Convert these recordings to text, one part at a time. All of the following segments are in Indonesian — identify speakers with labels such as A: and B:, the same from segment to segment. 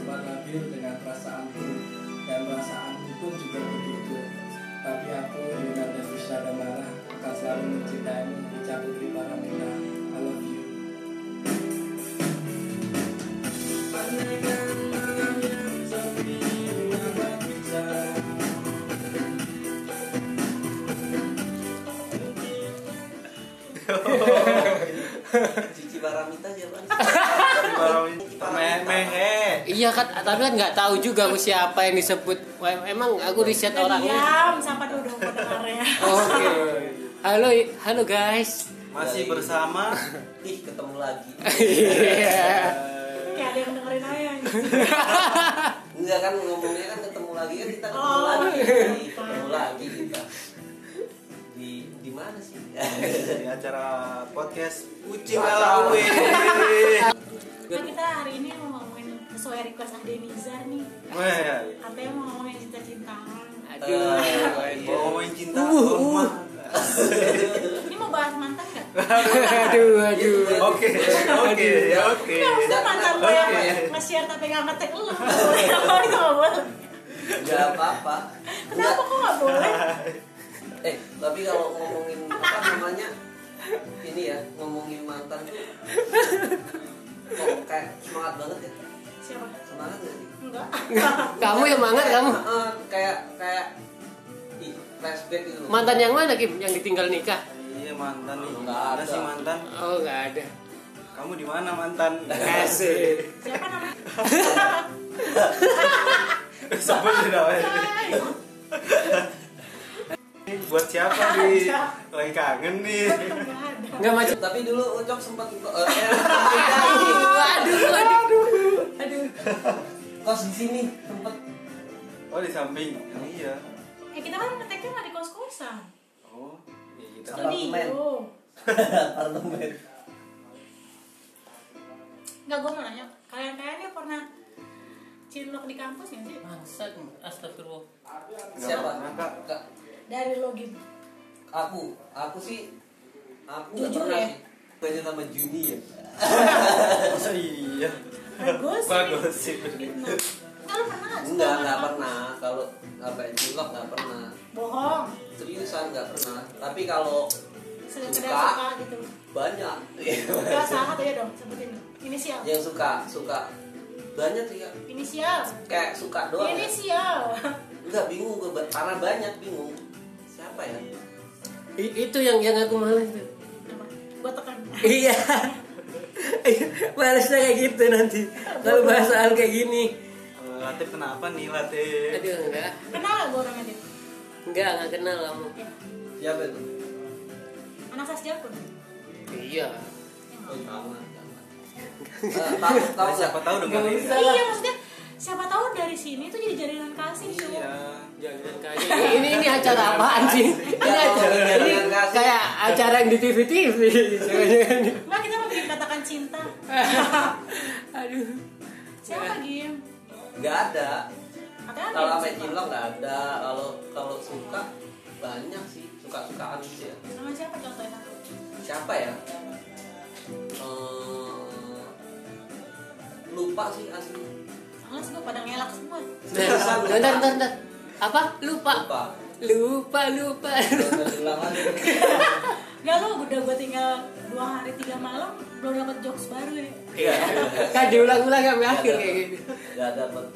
A: hadir dengan perasaanku dan perasaanku pun juga begitu. Tapi aku Yunanda Fisya Damara akan selalu mencintaimu Ica Putri Paramita. I love you. Andaikan malam yang sepi mengapa bicara
B: Cici Baramita siapa? Cici
C: Meh- eh,
B: Baramita.
C: mehe.
D: Iya kan, tapi kan nggak tahu juga aku siapa yang disebut. Wah, Emang aku riset orangnya.
E: Diam, sapa duduk pendengarnya.
D: Oke. Halo, i- halo guys.
C: Masih bersama
B: Ih, ketemu lagi.
D: Iya.
E: Kayak ada yang dengerin aja. gitu.
B: Enggak kan ngomongnya kan ketemu lagi kan kita ketemu
E: Oh,
B: lagi.
E: iya.
B: Ketemu lagi kita. Di di mana sih?
C: di acara podcast Ucing
B: Acara.
C: ala Uwin.
E: Nah, kita hari ini mau ngomongin sesuai request Ade Nizar nih.
C: Weh,
E: Ade mau ngomongin cinta-cintaan.
D: Aduh.
C: mau ngomongin cinta
D: Uh,
C: mau rumah.
E: Ini mau bahas mantan nggak?
D: Aduh, aduh.
C: Oke, oke, ya oke.
E: Ini Iya, maksudnya mantan gue yang
C: Oke.
E: nge-share tapi nggak ngetek lu. Kenapa itu nggak boleh?
B: Enggak apa-apa. Enggak.
E: Kenapa kok nggak boleh?
B: Eh, tapi kalau ngomongin apa namanya? Ini ya, ngomongin mantan tuh kok kayak semangat banget ya.
E: Siapa?
B: Semangat gak sih?
E: Enggak.
D: Kamu yang banget
B: Kayak,
D: kamu.
B: eh, kayak kayak ih, flashback gitu. loh.
D: Mantan yang mana Kim? Yang ditinggal nikah?
C: Iya mantan nih.
B: Nggak
C: Mana
B: ada.
C: sih mantan?
D: Oh nggak ada.
C: Kamu di mana mantan?
D: Kasih.
E: Siapa namanya?
C: Sama sudah. weh. Buat siapa nih? Lagi kangen nih.
E: Enggak ada.
D: Nggak macam.
B: Tapi dulu Ucok eh, sempat
D: Aduh, aduh.
E: Aduh.
B: kos di sini sempat
C: Oh di samping. Iya.
E: Ya kita kan ngeteknya nggak di kos-kosan.
C: Oh, iya kita.
E: Studio.
B: parlemen.
E: Enggak, gue mau nanya. Kalian kalian ya pernah cilok di kampus nggak sih?
F: Bangsat, astagfirullah.
B: Siapa?
C: pernah, Kak.
B: Kak,
E: Dari login.
B: Aku, aku sih aku nggak
E: Jujur
B: pernah
E: ya?
B: sih. Banyak sama Juni ya.
C: Masa iya.
E: Bagus.
C: Bagus sih. Eh,
E: Fitnah. Enggak lu pernah nggak?
B: Enggak,
E: Suka
B: enggak
E: sama-
B: pernah. Kalau apa ya, cilok enggak pernah.
E: Bohong.
B: Seriusan enggak pernah. Tapi kalau
E: Sekedar
B: Suka.
E: suka gitu.
B: banyak
E: Enggak salah aja dong, sebutin dong. Inisial.
B: yang suka suka banyak sih Kak.
E: Inisial.
B: kayak suka doang. ya.
E: Inisial.
B: Enggak bingung gue ba- karena banyak bingung. Siapa ya?
D: I- itu yang yang aku mau itu.
E: Apa? Gua tekan.
D: Iya. Balasnya kayak gitu nanti. Kalau bahas soal kayak gini.
C: Latif kenapa nih Latif?
D: Aduh, enggak.
E: Kenal gak gue orangnya dia?
D: Enggak, enggak kenal kamu.
E: Ya.
B: Siapa itu?
E: Anak sasjal pun.
D: Iya.
B: Oh, sama, sama. Eh, tahu tahu
C: Siapa tahu dengan ini.
E: Iya maksudnya siapa tahu dari sini tuh jadi jaringan kasih tuh.
C: Iya.
D: Jangan kayak ini ini acara apaan sih? Ini acara ini kayak acara yang di TV TV.
E: Enggak kita mau bikin katakan cinta.
D: Aduh.
E: Siapa Gim?
B: nggak ada
E: Katanya
B: Iya.
E: ada
B: kalau
E: yang
B: apa
E: suka.
B: cilok nggak ada kalau kalau suka banyak sih suka sukaan sih ya
E: Sama siapa contohnya satu?
B: siapa ya Eh, lupa sih asli
E: Males gue pada ngelak semua.
D: Bentar, bentar, bentar. Apa? Lupa.
B: lupa
D: Lupa, lupa.
B: Udah hilang lagi.
E: Enggak lo udah gue tinggal dua hari tiga malam belum dapat jokes baru ya.
B: Iya.
D: Kan diulang-ulang sampai akhir kayak gitu.
B: nggak ada Bang.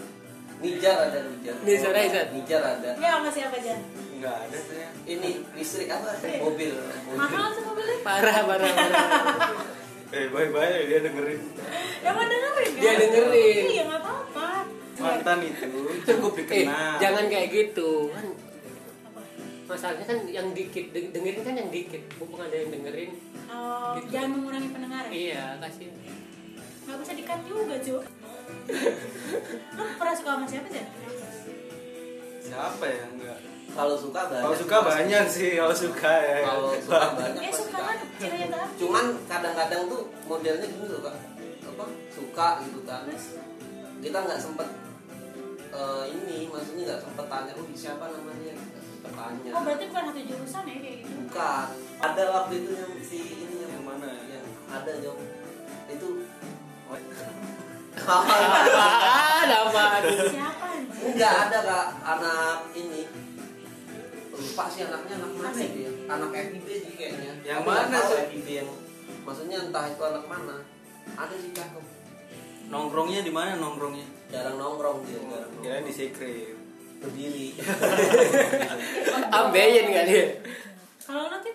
B: Nijar ada Nijar
D: Nijar ada.
B: Nijar ada
E: Enggak sama siapa aja.
C: Enggak ada ya. saya.
B: ini listrik apa mobil mobil
E: Mahal tuh mobilnya.
D: Parah, parah, parah.
C: Eh, baik-baik dia dengerin.
E: Ya mau dengerin kan?
D: Dia dengerin.
E: Iya nggak apa-apa.
C: Mantan itu cukup dikenal.
D: Eh, jangan kayak gitu. Kan
E: Apa?
D: masalahnya kan yang dikit deng- dengerin kan yang dikit. Mumpung ada yang dengerin.
E: Eh, jangan mengurangi pendengar ya?
D: Iya, kasih.
E: Gak bisa dikat juga cu Lu pernah suka sama siapa sih?
C: Siapa ya enggak?
B: kalau suka banyak
C: Kalau suka banyak sih, kalau suka ya.
B: kalau suka banyak
E: Ya
B: pasti
E: suka
B: banyak.
E: kan cewek yang
B: cuman kadang-kadang tuh modelnya gini loh kak apa suka gitu kan kita nggak sempet eh, ini maksudnya nggak sempet tanya oh siapa namanya nggak sempet tanya
E: Oh berarti bukan satu jurusan ya kayak gitu
B: bukan ada waktu itu yang si ini yang,
C: Yang mana?
B: yang ada yang itu
D: Apaan apaan?
E: Siapa anjing?
B: Enggak ada kak anak ini. Lupa sih anaknya anak mana
E: Asik.
B: dia? Anak FIB sih kayaknya.
C: Yang
B: Tapi nggak
C: mana
B: tahu
C: sih?
B: FIB yang maksudnya entah itu anak mana. Ada sih cakep.
C: Nongkrongnya di mana nongkrongnya?
B: Jarang nongkrong
C: Oh,
B: dia. Jarang
C: Kira di
B: nongkrong.
C: secret.
B: Berdiri.
D: Ambeien ya. nggak dia?
E: Kalau nanti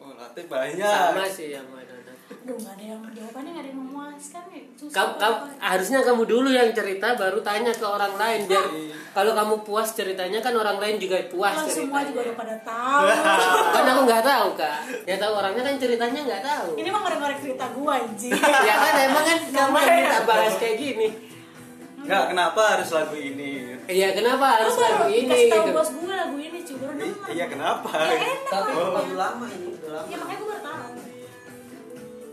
C: Oh, latih banyak.
D: Sama sih sama Nana.
E: Aduh nggak ada yang jawabannya nggak ada yang memuaskan nih. Susah
D: Kamu, kamu,
E: banget.
D: harusnya kamu dulu yang cerita baru tanya ke orang lain biar kalau kamu puas ceritanya kan orang lain juga puas
E: Kalau semua juga udah
D: ceritanya.
E: pada tahu.
D: Kan aku nggak tahu kak. Ya tahu orangnya kan ceritanya nggak tahu.
E: Ini mah ngorek-ngorek cerita gua anjing.
D: Ya kan emang kan kamu yang minta bahas kayak gini.
C: Enggak, kenapa harus lagu ini?
D: Iya kenapa
E: Lu
D: harus
E: baru
D: lagu ini?
E: dikasih tahu
D: gitu.
E: bos gue lagu ini cuy baru
C: Ini-
E: denger.
C: Iya, kenapa?
E: Ya enak
B: Tapi
C: Oh.
E: lah.
B: udah lama ini udah lama.
E: Ya makanya gue baru tahu.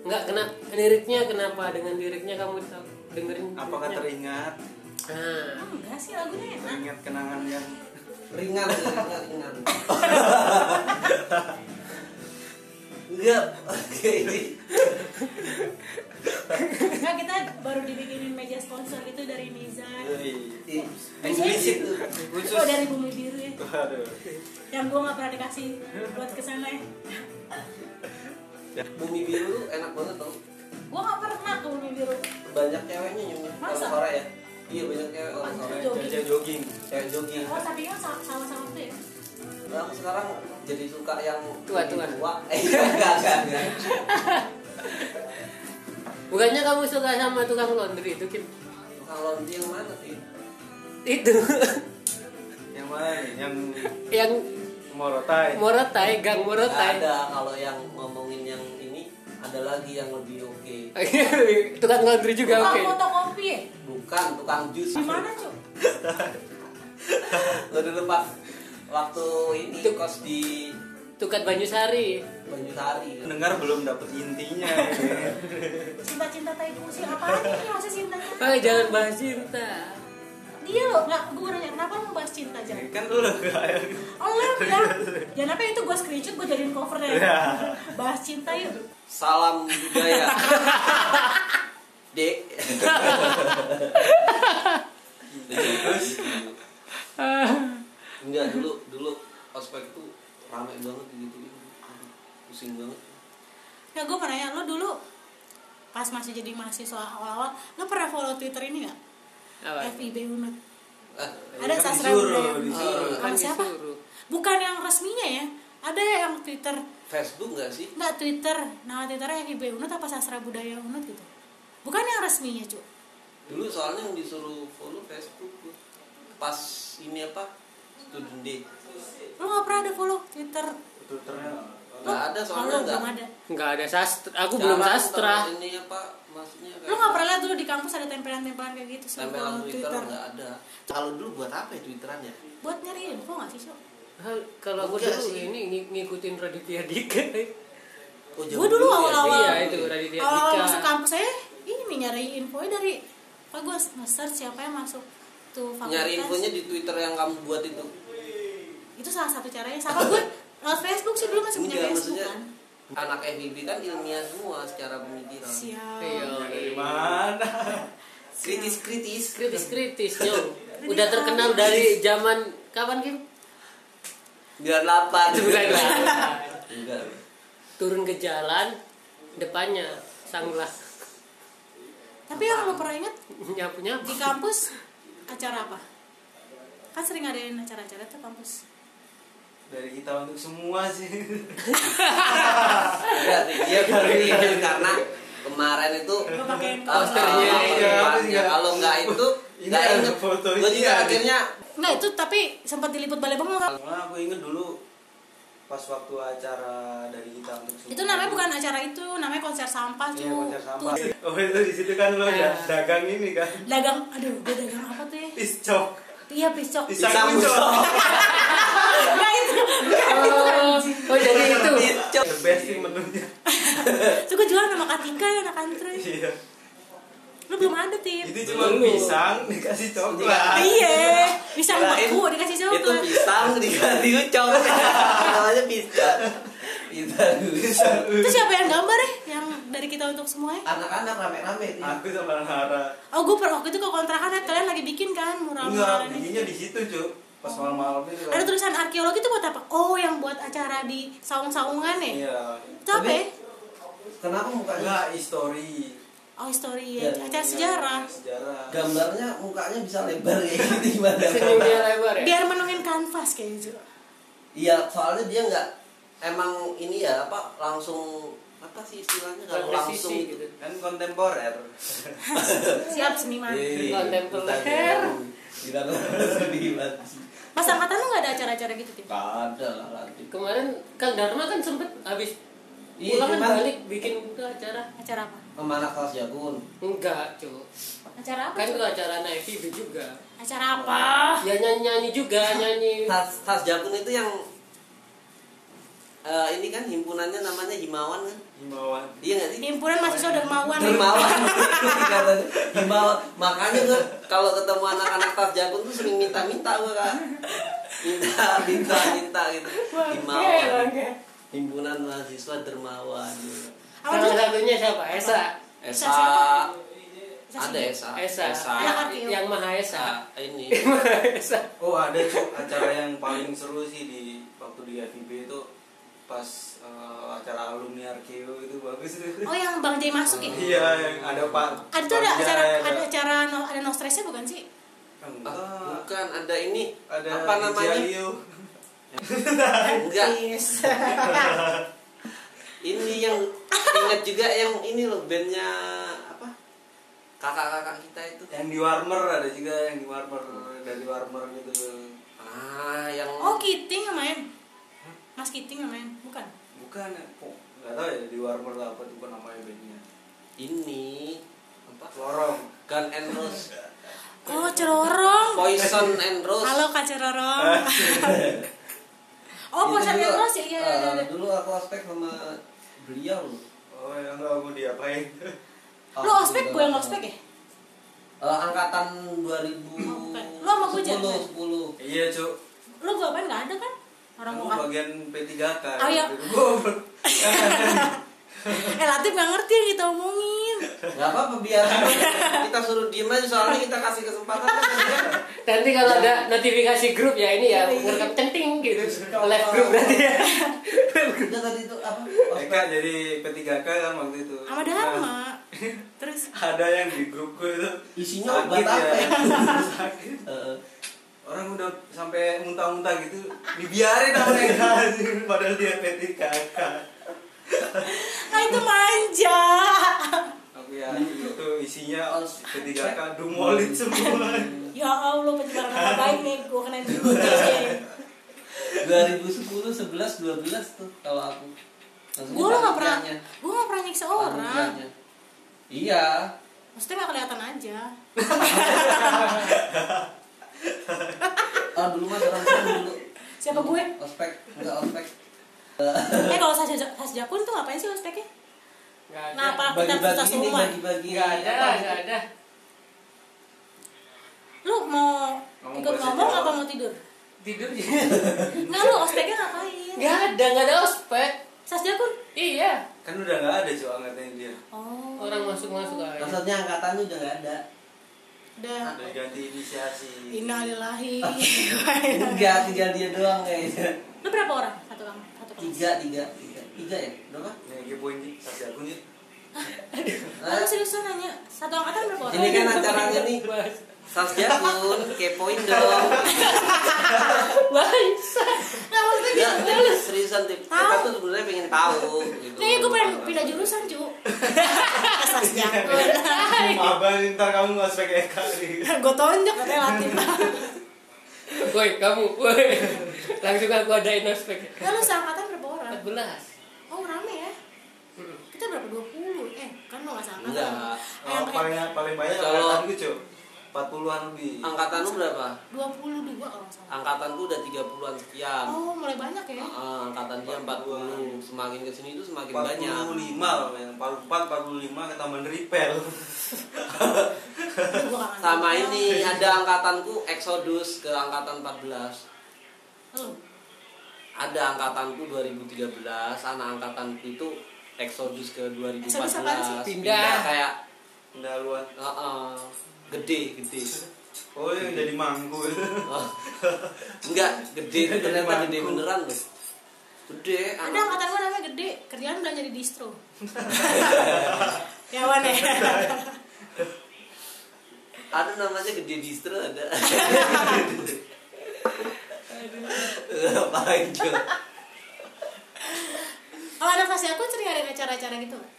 D: Nggak kena liriknya kenapa dengan liriknya kamu tahu dengerin?
C: Apakah
D: liriknya?
C: teringat?
D: Nah,
E: Enggak sih lagunya enak.
C: Teringat kenangan yang
B: ringan ringan ringan
C: Iya.
B: enggak oke ini
E: Enggak kita baru dibikinin meja sponsor itu dari Niza.
C: Wih,
B: eksplisit tuh
C: khusus.
E: Oh dari Bumi Biru ya.
C: Aduh.
E: Yang gue nggak pernah dikasih buat kesana ya.
B: bumi biru tuh enak banget tau
E: Gue nggak pernah ke Bumi Biru. Oh,
B: banyak ceweknya nyonya
E: Masa?
B: orang sore ya iya banyak cewek orang sore
E: Jogging.
C: Jajah jogging.
B: cewek jogging
E: Oh sampingnya sama sama sama tuh ya.
B: nah, aku sekarang jadi suka yang
D: Tua-tua.
B: tua eh enggak enggak enggak
D: bukannya kamu suka sama tukang laundry itu Kim?
B: kalau dia yang mana sih
D: Itu
C: Yang mana? nih? Yang
D: yang
C: Morotai.
D: Morotai, gang
B: Nggak
D: Morotai.
B: ada kalau yang ngomongin yang ini ada lagi yang lebih oke
D: Tukang laundry juga
E: Tukang
D: oke.
E: fotokopi ya.
B: bukan tukang jus
E: Di mana cuy?
B: Lo dulu pak waktu ini kos di
D: Tukat Banyusari.
B: Banyutari kan?
C: Pendengar belum dapat intinya.
E: Cinta-cinta tai kursi apaan ini masih cintanya?
D: Eh jangan bahas cinta.
E: Dia loh nggak gue nanya kenapa lu bahas cinta aja.
C: kan lu enggak.
E: Oh lu yang bilang Jangan apa ya, itu gue screenshot gue jadiin covernya
C: Ya.
E: Bahas cinta yuk
B: Salam budaya. Dek. Enggak dulu dulu ospek itu rame banget gitu gitu. Pusing banget.
E: Ya gue mau nanya lu dulu Pas masih jadi mahasiswa awal-awal Lu pernah follow Twitter ini gak?
D: Apa?
E: FIB Unut
B: Ah,
C: kan
E: Ada sastra
C: disuruh,
E: budaya
C: disuruh.
D: kan
E: Sama siapa?
D: disuruh.
E: Bukan yang resminya ya Ada yang Twitter
B: Facebook enggak sih?
E: Enggak Twitter Nama Twitternya FIB Unut apa Sastra Budaya Unut gitu Bukan yang resminya cu
B: Dulu soalnya yang disuruh follow Facebook gua. pas ini apa? Student day.
E: Lu gak pernah ada follow Twitter
C: Twitternya.
E: Lu-
B: Enggak ada
E: Oh,
B: soalnya
E: lu
B: enggak.
E: belum ada
D: Nggak ada sastra. Aku belum
B: Jarang
D: sastra.
B: kalau Ini apa maksudnya kayak
E: Lu gak pernah liat dulu di kampus ada tempelan-tempelan kayak gitu sih
B: Tempelan
E: follow
B: Twitter nggak ada. Kalau dulu buat apa ya Twitteran ya?
E: Buat nyari info gak sih Cuk?
D: Hal, Kalau aku
B: Enggak
D: dulu
B: sih.
D: ini ng- ngikutin Raditya Dika.
B: Oh,
E: Gua dulu
B: ya?
E: awal-awal.
D: Iya itu Raditya
E: awal
D: Dika.
E: masuk kampus saya ini nyari info dari apa gue nge-search siapa yang masuk tuh fakultas
B: Nyari infonya di Twitter yang kamu buat itu.
E: itu salah satu caranya sama gue lewat Facebook sih dulu masih punya
B: Enggak
E: Facebook
B: maksudnya
E: kan
B: anak FIB kan ilmiah semua secara pemikiran.
E: siap
D: Iya.
C: Dari mana?
B: Kritis-kritis.
D: Kritis-kritis yo. Udah terkenal dari zaman kapan Kim?
B: 98.
D: Bukan lah.
B: Enggak.
D: Turun ke jalan depannya sanglah
E: tapi yang lo pernah inget
D: nyapu nyapu.
E: di kampus acara apa kan sering ngadain acara-acara tuh kampus
C: Dari kita untuk semua sih.
B: Enggak sih, dia kritis karena kemarin itu
E: gue pakein kaos
B: posternya
C: iya, iya, iya.
B: kalau enggak itu
C: Ini
B: enggak
C: ada
B: inget
C: fotonya.
B: gue juga akhirnya
E: nggak itu tapi sempat diliput balai bang nggak?
C: Karena aku inget dulu pas waktu acara dari kita untuk semua.
E: itu namanya bukan acara itu namanya konser sampah
C: Iya,
E: cu
C: konser sampah.
E: Tuh,
C: Oh itu di situ kan lo ya
D: Iya.
C: dagang ini kan.
E: dagang aduh gue dagang apa tuh ya
C: Piscok.
E: iya pisau
C: Pisang
B: Pisang
C: ucok.
E: Nah itu
D: Oh, oh jadi itu.
B: Iya.
C: The best sih menunya.
E: Itu gue jualan sama Katika ya anak antri
C: Iya.
E: Lu belum ada Tim
C: Itu cuma pisang dikasih coklat.
E: Iya Bisa
B: Kirain
E: beku dikasih
B: itu
E: coklat
B: pisang dikasih ucok namanya pisang pisang
E: Itu siapa yang gambar ya? Yang dari kita untuk semuanya
B: anak-anak rame-rame Ah, nih.
C: Aku sama Nara.
E: oh gue pernah waktu itu ke kontrakan Nat, kalian lagi bikin kan mural
C: Enggak,
E: mural ini Oh.
C: bikinnya di situ, Cuk. Pas malam-malam itu. kan.
E: ada tulisan arkeologi itu buat apa oh yang buat acara di saung-saungan ya
C: Iya.
E: itu apa ya?
B: Kenapa mukanya
C: Enggak history.
E: oh histori
B: Ya,
E: ya
C: Iya,
E: acara sejarah
C: Sejarah.
B: gambarnya mukanya bisa lebar kayak gitu gimana?
D: Senyum dia lebar ya.
E: biar menungin kanvas kayak gitu
B: Iya, soalnya dia nggak emang ini ya apa langsung apa sih istilahnya kalau langsung
D: Presisi gitu.
C: Kan kontemporer.
E: siap seniman
B: Yeay,
D: Kontemporer.
B: ditanya dulu. Gila lu sedih banget.
E: pas angkatan lu nggak ada acara-acara gitu Tim?
B: Nggak ada lah nanti.
D: Kemarin Kang Dharma kan sempet habis
B: Iya,
D: pulang kan
B: cuman-
D: balik bikin itu acara.
E: acara apa
B: Kemana kelas jagun?
D: Enggak, Cuk.
E: acara apa
D: Kan itu
E: Cuk?
D: acara anak FIB juga.
E: acara apa
D: Ya nyanyi-nyanyi juga, nyanyi.
B: Tas tas jagun itu yang eh, ini kan himpunannya namanya Himawan kan?
C: Himbauan.
B: Iya nggak sih?
E: himpunan mahasiswa dermawan
B: Dermawan Katanya, Himawan Makanya gue kalau ketemu anak-anak tas jagung tuh sering minta-minta gue kan Minta, minta, minta gitu
E: Iya,
B: Himawan Himpunan mahasiswa dermawan gitu.
E: Apa
D: Salah
E: tuh?
D: satunya siapa? Esa.
E: Esa siapa?
B: Esa
E: Esa
B: Ada
E: sih.
B: Esa
D: Esa.
B: Esa Ah.
E: Anak arkeolog.
D: Yang Maha
B: Esa.
D: Esa.
B: Ini
D: Esa.
C: Oh ada Cuk, acara yang paling seru sih di waktu di FIB itu pas eh, acara alumni arkeo itu bagus tuh.
E: oh yang bang Jai masuk ya
C: Iya, yang ada Pak. ya,
E: ada tuh ada
C: Pak
E: acara
C: Jaya,
E: ada acara no, ada no stressnya bukan sih
B: Ah,
C: Enggak.
B: Bukan ada ini
C: Ada
B: Apa namanya?
C: Jalio.
B: Enggak Ini yang Ingat juga yang ini loh bandnya Apa? Kakak-kakak kita itu
C: Yang di Warmer ada juga yang di Warmer dari Warmer gitu.
B: Ah yang
E: oh kiting yang main mas kiting yang main bukan
C: Bukan, kok nggak tahu ya di Warmer lah apa tuh namanya bandnya.
B: Ini Apa?
C: Lorong.
B: Gun and Rose
E: oh cerorong
B: Poison and Rose
E: halo kak cerorong
C: Eh.
B: Itu
E: oh bosan yang
B: dulu,
E: terus ya iya
B: eh,
E: ada, ada.
B: Dulu aku aspek sama beliau loh.
C: Oh ya nggak mau diapain? Eh,
B: Ah,
E: lu ospek gue yang ospek ya
B: Eh, angkatan 2000
E: Oh, bukan. Lu sama gue jadi.
B: 10, 10.
C: iya cuk.
E: lu gue apa nggak ada kan orang
C: Aku
E: bukan
C: bagian P3K.
E: Oh, iya.
C: Gua-
E: eh Latif nggak ngerti yang kita omongin
B: Gak apa-apa biar kita suruh diem aja soalnya kita kasih kesempatan
D: Nanti kalau
B: Ya.
D: ada notifikasi grup ya ini
E: Iya,
D: ya, ngerekam centing gitu. Live grup berarti ya.
B: Udah tadi itu apa?
C: Eka jadi P3K kan waktu itu.
E: sama
C: Nah,
E: Dharma terus
C: ada yang di grupku itu
B: Isinya
C: sakit
B: obat apa ya?
C: Sakit.
B: Eh,
C: Orang udah sampai muntah-muntah gitu dibiarin sama mereka anjir. padahal dia P3K.
E: ah itu manja
C: Aku ya itu isinya P3K dumolit semua.
E: ya Allah penyebaran nama baik nih gue kena gue
B: 2010, 11, 12 tuh kalau aku Langsung
E: gue lo nggak pernah
B: panitianya.
E: gue nggak pernah nyiksa orang
B: Panitianya. Iya
E: maksudnya nggak kelihatan aja
B: Ah dulu mah serem-serem dulu
E: siapa gue
B: Ospek, enggak ospek
E: eh kalau saya jakun tuh ngapain sih ospeknya
D: Nggak ada.
E: Kenapa? Kita
B: Bagi-bagi
E: putus
B: ini
E: rumah.
B: bagi-bagi
D: Nggak ada,
B: apa gitu.
D: nggak ada.
E: lu mau
C: Ngomong
E: ikut
C: bahasa
E: ngomong
C: Jawa.
E: apa mau tidur
D: Tidur ya.
E: nggak lu ospeknya ngapain
D: Nggak ada, nggak ada ospek.
E: jakun
D: Iya.
C: kan udah nggak ada cowok angkatannya dia
E: oh
D: Orang masuk-masuk aja.
B: Maksudnya angkatannya udah gak ada
E: udah
C: udah ganti inisiasi
E: Innalillahi
B: Enggak, tinggal dia doang kayaknya
E: lu berapa orang satu orang satu kelas
B: Tiga, tiga, tiga, tiga ya? Berapa?
C: nih gue poin sih sasi aku nih
E: lu seriusan nanya satu angkatan berapa orang
B: Nah, Ini kan acaranya nih Sasjakun, kepoin dong
D: Bangsa.
E: nggak maksudnya
B: Enggak,
E: gitu
B: Tim, seriusan Tim Kita
E: Tahu.
B: tuh sebenarnya pengen tahu gitu.
E: Kayaknya gue pengen pindah jurusan cu Sas jakun
C: abang ntar kamu nggak spek Eka nih
E: Gue tonjok katanya Latif
D: Woi, kamu, woi. Langsung aku adain ospek.
E: Nah, lu seangkatan berapa orang?
D: 14.
E: Oh rame ya? Kita berapa? 20? Eh kan lo gak seangkatan
B: Enggak.
E: Yang
C: Oh, paling paling banyak
B: Kalau-
C: angkatan gue cok 40-an lebih
B: Angkatan lu berapa?
E: 22 kalau gak salah
B: Angkatan lu udah 30-an sekian
E: Oh mulai banyak ya?
B: Ah, Angkatan dia 40 Semakin kesini tuh semakin banyak
C: 45 loh yang paling 4 45 ke taman repel
E: Aduh, gua nggak
B: Sama
E: ngerti.
B: ini ada angkatanku Exodus ke angkatan 14
E: Lu?
B: ada angkatanku 2013 anak angkatanku itu Exodus ke 2014
E: Exodus apaan sih?
D: Pindah.
B: kayak
C: Daluan.
B: uh-uh, gede gede
C: Oh yang jadi mangku.
B: Oh. enggak gede itu ternyata gede beneran loh gede ah.
E: Ada angkatan gue namanya gede, kerjaan belanja di distro. ya wan ya.
B: ada namanya gede distro ada apalagi
E: Kalau anak kelas aku ceriain acara-acara gitu. nggak?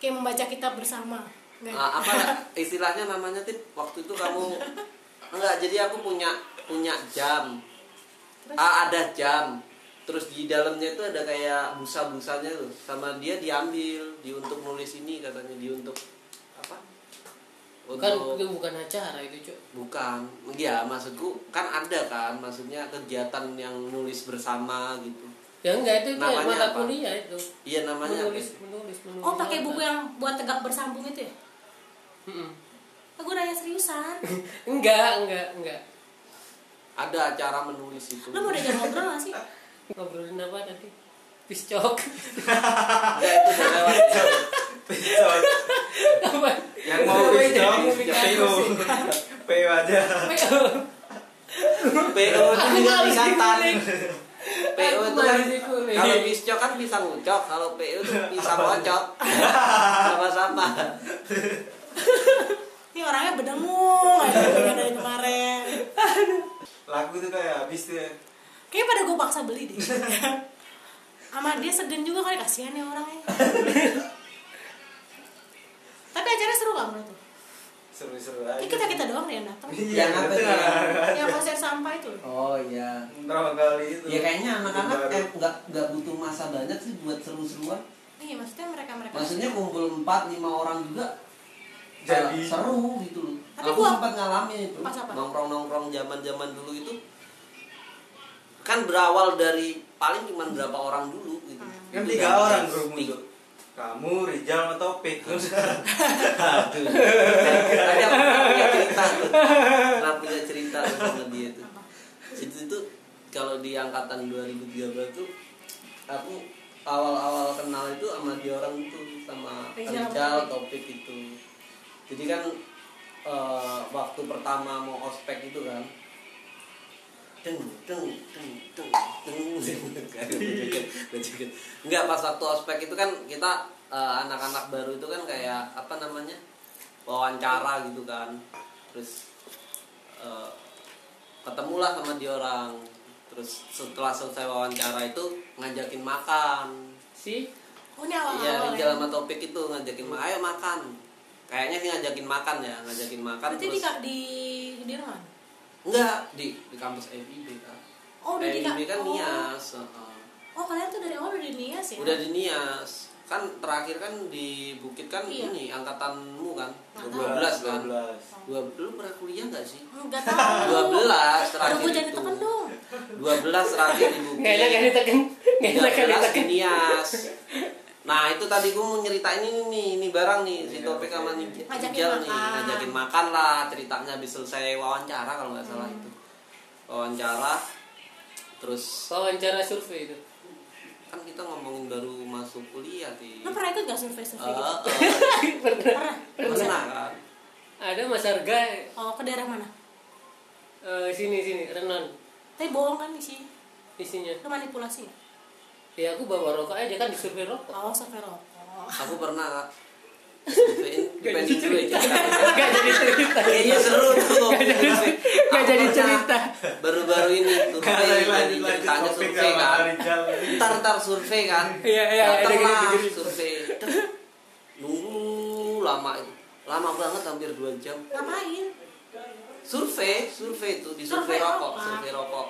E: Kayak membaca kitab bersama. Nggak?
B: Ah, apa istilahnya namanya tip waktu itu kamu enggak jadi aku punya punya jam
E: Terus?
B: Ah, ada jam terus di dalamnya itu ada kayak busa-busanya tuh sama dia diambil di untuk nulis ini katanya di untuk apa Kan
D: Bukan itu bukan acara itu, Cuk.
B: bukan ya maksudku kan ada kan maksudnya kegiatan yang nulis bersama gitu
D: Ya enggak itu kayak
B: Namanya
D: mata
B: apa?
D: kuliah itu.
B: iya namanya apa
D: Menulis,
B: sih?
D: menulis, menulis.
E: Oh pakai
D: nota.
E: buku yang buat tegak bersambung itu ya?
D: Mm-mm.
E: Aku nanya seriusan.
D: Enggak, enggak, enggak.
B: ada acara menulis itu
E: Lo mau diajak ngobrol gak sih?
D: Ngobrolin apa tadi? Piscok.
B: Enggak, Nah, itu udah lewat
C: Pisau.
D: Apa?
C: Yang mau
D: Apa
C: pisau,
D: jadi
C: ya
D: modifikasi
C: PO.
D: sih?
C: PO aja.
D: PO.
B: PO itu
D: Aku
B: juga
D: harus
B: tingkatan
D: dikulik.
B: PO itu
D: Aku
B: kan
D: harus dikulik.
B: kalau piscok kan pisang ucok kalau PO itu pisang locok sama-sama
E: Ini orangnya berdengung aja gua dari kemarin.
C: Lagu itu kayak habis tuh ya.
E: Kayaknya pada gue paksa beli deh. Sama dia segen juga kali kasihan ya orangnya. Tapi acaranya seru gak menurut lo?
C: Seru-seru aja.
E: Ini kita kita doang deh yang datang.
C: Iya,
B: Yang apa
C: betul.
B: tuh yang-
E: Yang konser sampah itu. loh.
B: oh iya
C: Berapa kali itu?
B: ya kayaknya anak-anak
C: Baru.
B: eh, nggak nggak butuh masa banyak sih buat seru-seruan
E: Iya maksudnya mereka mereka.
B: maksudnya kumpul 4-5 orang juga
C: Jadi.
B: eh, seru gitu loh
E: Tapi
B: aku
E: gua-
B: sempat ngalamin itu
E: Pas apa?
B: nongkrong nongkrong zaman zaman dulu itu kan berawal dari paling cuma berapa orang dulu gitu
E: Hmm.
C: Kan
B: Itu
C: tiga
B: dari-
C: orang
B: dari-
C: grup muncul. Kamu, Rizal, sama Topik
B: kan? Aduh. tapi aku pernah punya cerita tuh. pernah punya cerita tuh sama dia tuh itu tuh kalau di angkatan 2013 tuh aku awal-awal kenal itu sama dia orang itu sama
E: Rizal.
B: Rizal topik itu jadi kan eh, waktu pertama mau ospek itu kan deng deng deng deng deng kan, enggak pas waktu ospek itu kan kita eh, anak-anak baru itu kan kayak apa namanya wawancara gitu kan terus eh, ketemulah sama dia orang terus setelah selesai wawancara itu ngajakin makan
D: Si
E: Oh ini awal
B: iya
E: awal.
B: Rizal sama Topik itu ngajakin makan ayo makan kayaknya sih ngajakin makan ya ngajakin makan
E: Berarti di
B: terus
E: di di rumah.
B: enggak di di kampus FIB kan
E: Oh udah di
B: FIB kan
E: oh.
B: Nias heeh.
E: Oh kalian tuh dari awal udah di Nias ya?
B: udah di Nias kan terakhir kan di Bukit kan
E: Iya.
B: ini angkatanmu kan
E: Nggak
B: 12 kan
C: 12.
B: dua lu pernah kuliah nggak sih
E: Enggak tahu.
B: 12
E: Aduh
B: terakhir
E: gue jadi
B: itu
E: tekan dong.
B: 12 terakhir di Bukit
D: enggak enak yang diteken. Enggak enak yang
B: jelas
D: diteken.
B: Nias. Nah itu tadi gue mau nyeritain ini nih, ini barang nih si Topik sama nih
E: Ngajakin
B: Ijal nih
E: makan.
B: ngajakin makan lah ceritanya habis selesai wawancara kalau nggak salah itu wawancara terus
D: Wawancara survei itu.
B: kan kita ngomongin baru masuk kuliah di
E: Lo pernah ikut gak survei survei? gitu?
D: Pernah.
E: Pernah.
B: Ah. eh. pernah kan
D: Ada Mas Harga
E: Oh ke daerah mana?
D: eh, sini sini Renon
E: Tapi bohong kan sih.
D: isinya.
E: Lo manipulasi ya?
D: Ya aku bawa rokok aja kan disurvei rokok.
E: Oh survei rokok.
B: aku pernah Kak. surveiin di pending dulu ya cerita.
D: Enggak jadi cerita.
B: kayaknya Iya, seru tuh kok
D: Enggak jadi cerita.
B: baru-baru ini survei
C: Lanjut,
B: jadi
C: lanjut,
B: ceritanya
C: Topik
B: survei
C: sama
B: kan
C: Rizal.
B: ntar ntar survei kan
D: Iya, iya, ada
B: Datang
D: gini,
B: lah
D: gini.
B: survei Tek. nunggu lama itu lama banget hampir dua jam
E: Ngapain?
B: survei survei itu di survei
E: Survei
B: rokok
E: apa?
B: survei rokok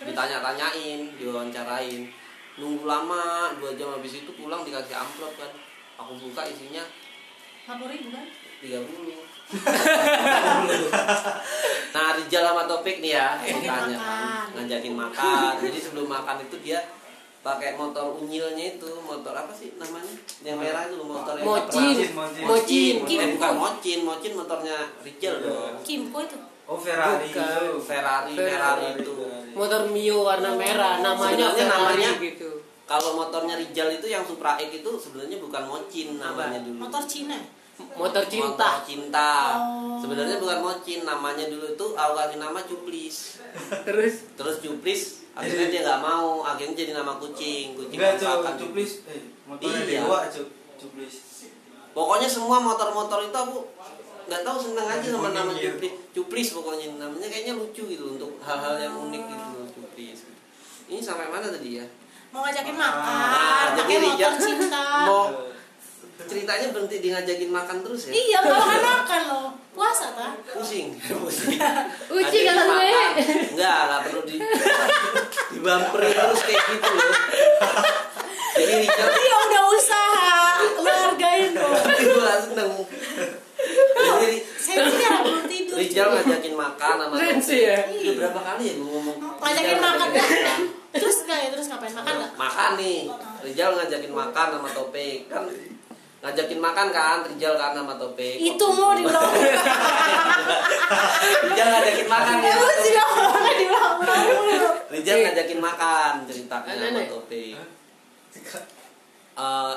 B: ditanya-tanyain diwawancarain nunggu lama dua jam habis itu pulang dikasih amplop kan aku buka isinya
E: 40 ribu kan?
B: 30 nah Rizal sama Topik nih ya
E: Ngajakin
B: ceritanya
E: makan.
B: kan. ngajakin makan jadi sebelum makan itu dia pakai motor unyilnya itu motor apa sih namanya yang merah itu motor yang nggak
D: Mocin.
B: pernah-
C: Mocin.
D: Mocin.
B: mocin eh, bukan mocin mocin motornya Rizal dong
E: Kimco itu.
C: Oh Ferrari
D: Bukan.
C: itu.
B: Iya. Ferrari Ferrari itu
D: Motor Mio warna merah namanya
B: Sebenarnya
D: Ferrari
B: namanya-
D: gitu.
B: kalau motornya Rijal itu yang Supra X itu sebenarnya bukan mocin namanya dulu.
E: motor Cina
B: Motor
D: Motor cinta.
B: cinta.
E: Oh.
B: Sebenarnya bukan mocin namanya dulu itu awalnya nama Cuplis.
D: Terus
B: Terus Cuplis akhirnya dia nggak mau, akhirnya jadi nama kucing, kucing gitu.
C: Enggak cuk,
B: angkatan.
C: cuplis, eh motornya
B: Iya.
C: dewa cuk, cuplis.
B: Pokoknya semua motor-motor itu aku nggak tahu seneng aja sama nama
C: Iya.
B: Cuplis. Cuplis pokoknya namanya kayaknya lucu gitu untuk hal-hal yang unik gitu loh Cuplis. Ini sampai mana tadi ya?
E: mau ngajakin
C: Ah,
E: makan pakai
B: jadi
E: motor
B: Rijal-
E: Cina
B: Mau
C: Eh,
B: ceritanya berhenti di ngajakin makan terus ya?
E: iya kalau nggak makan lo puasa ta
B: pusing pusing
F: Uci kalau
B: Ada yang
F: gue.
B: makan. enggak lah perlu di dibamperin terus kayak gitu loh jadi Richard
E: iya udah usaha lo hargain dong
B: itu langsung seneng jadi
E: saya pikir belum tidur
B: Richard ngajakin makan sama
D: Lensi
B: Sophie.
D: ya?
B: Udah berapa kali ya gue ngomong
E: ngajakin
B: Rizal
E: makan
B: ngajakin
E: terus nggak ya terus ngapain makan nggak
B: makan nih Rizal ngajakin makan sama Topik kan ngajakin makan kan Rizal kan sama Topik
E: itu mau diulang
B: Rizal ngajakin makan ya
E: Emang sudah orangnya diulang-ulang mulu.
B: Rizal ngajakin makan ceritanya sama
D: Nenek.
B: Topik Eh,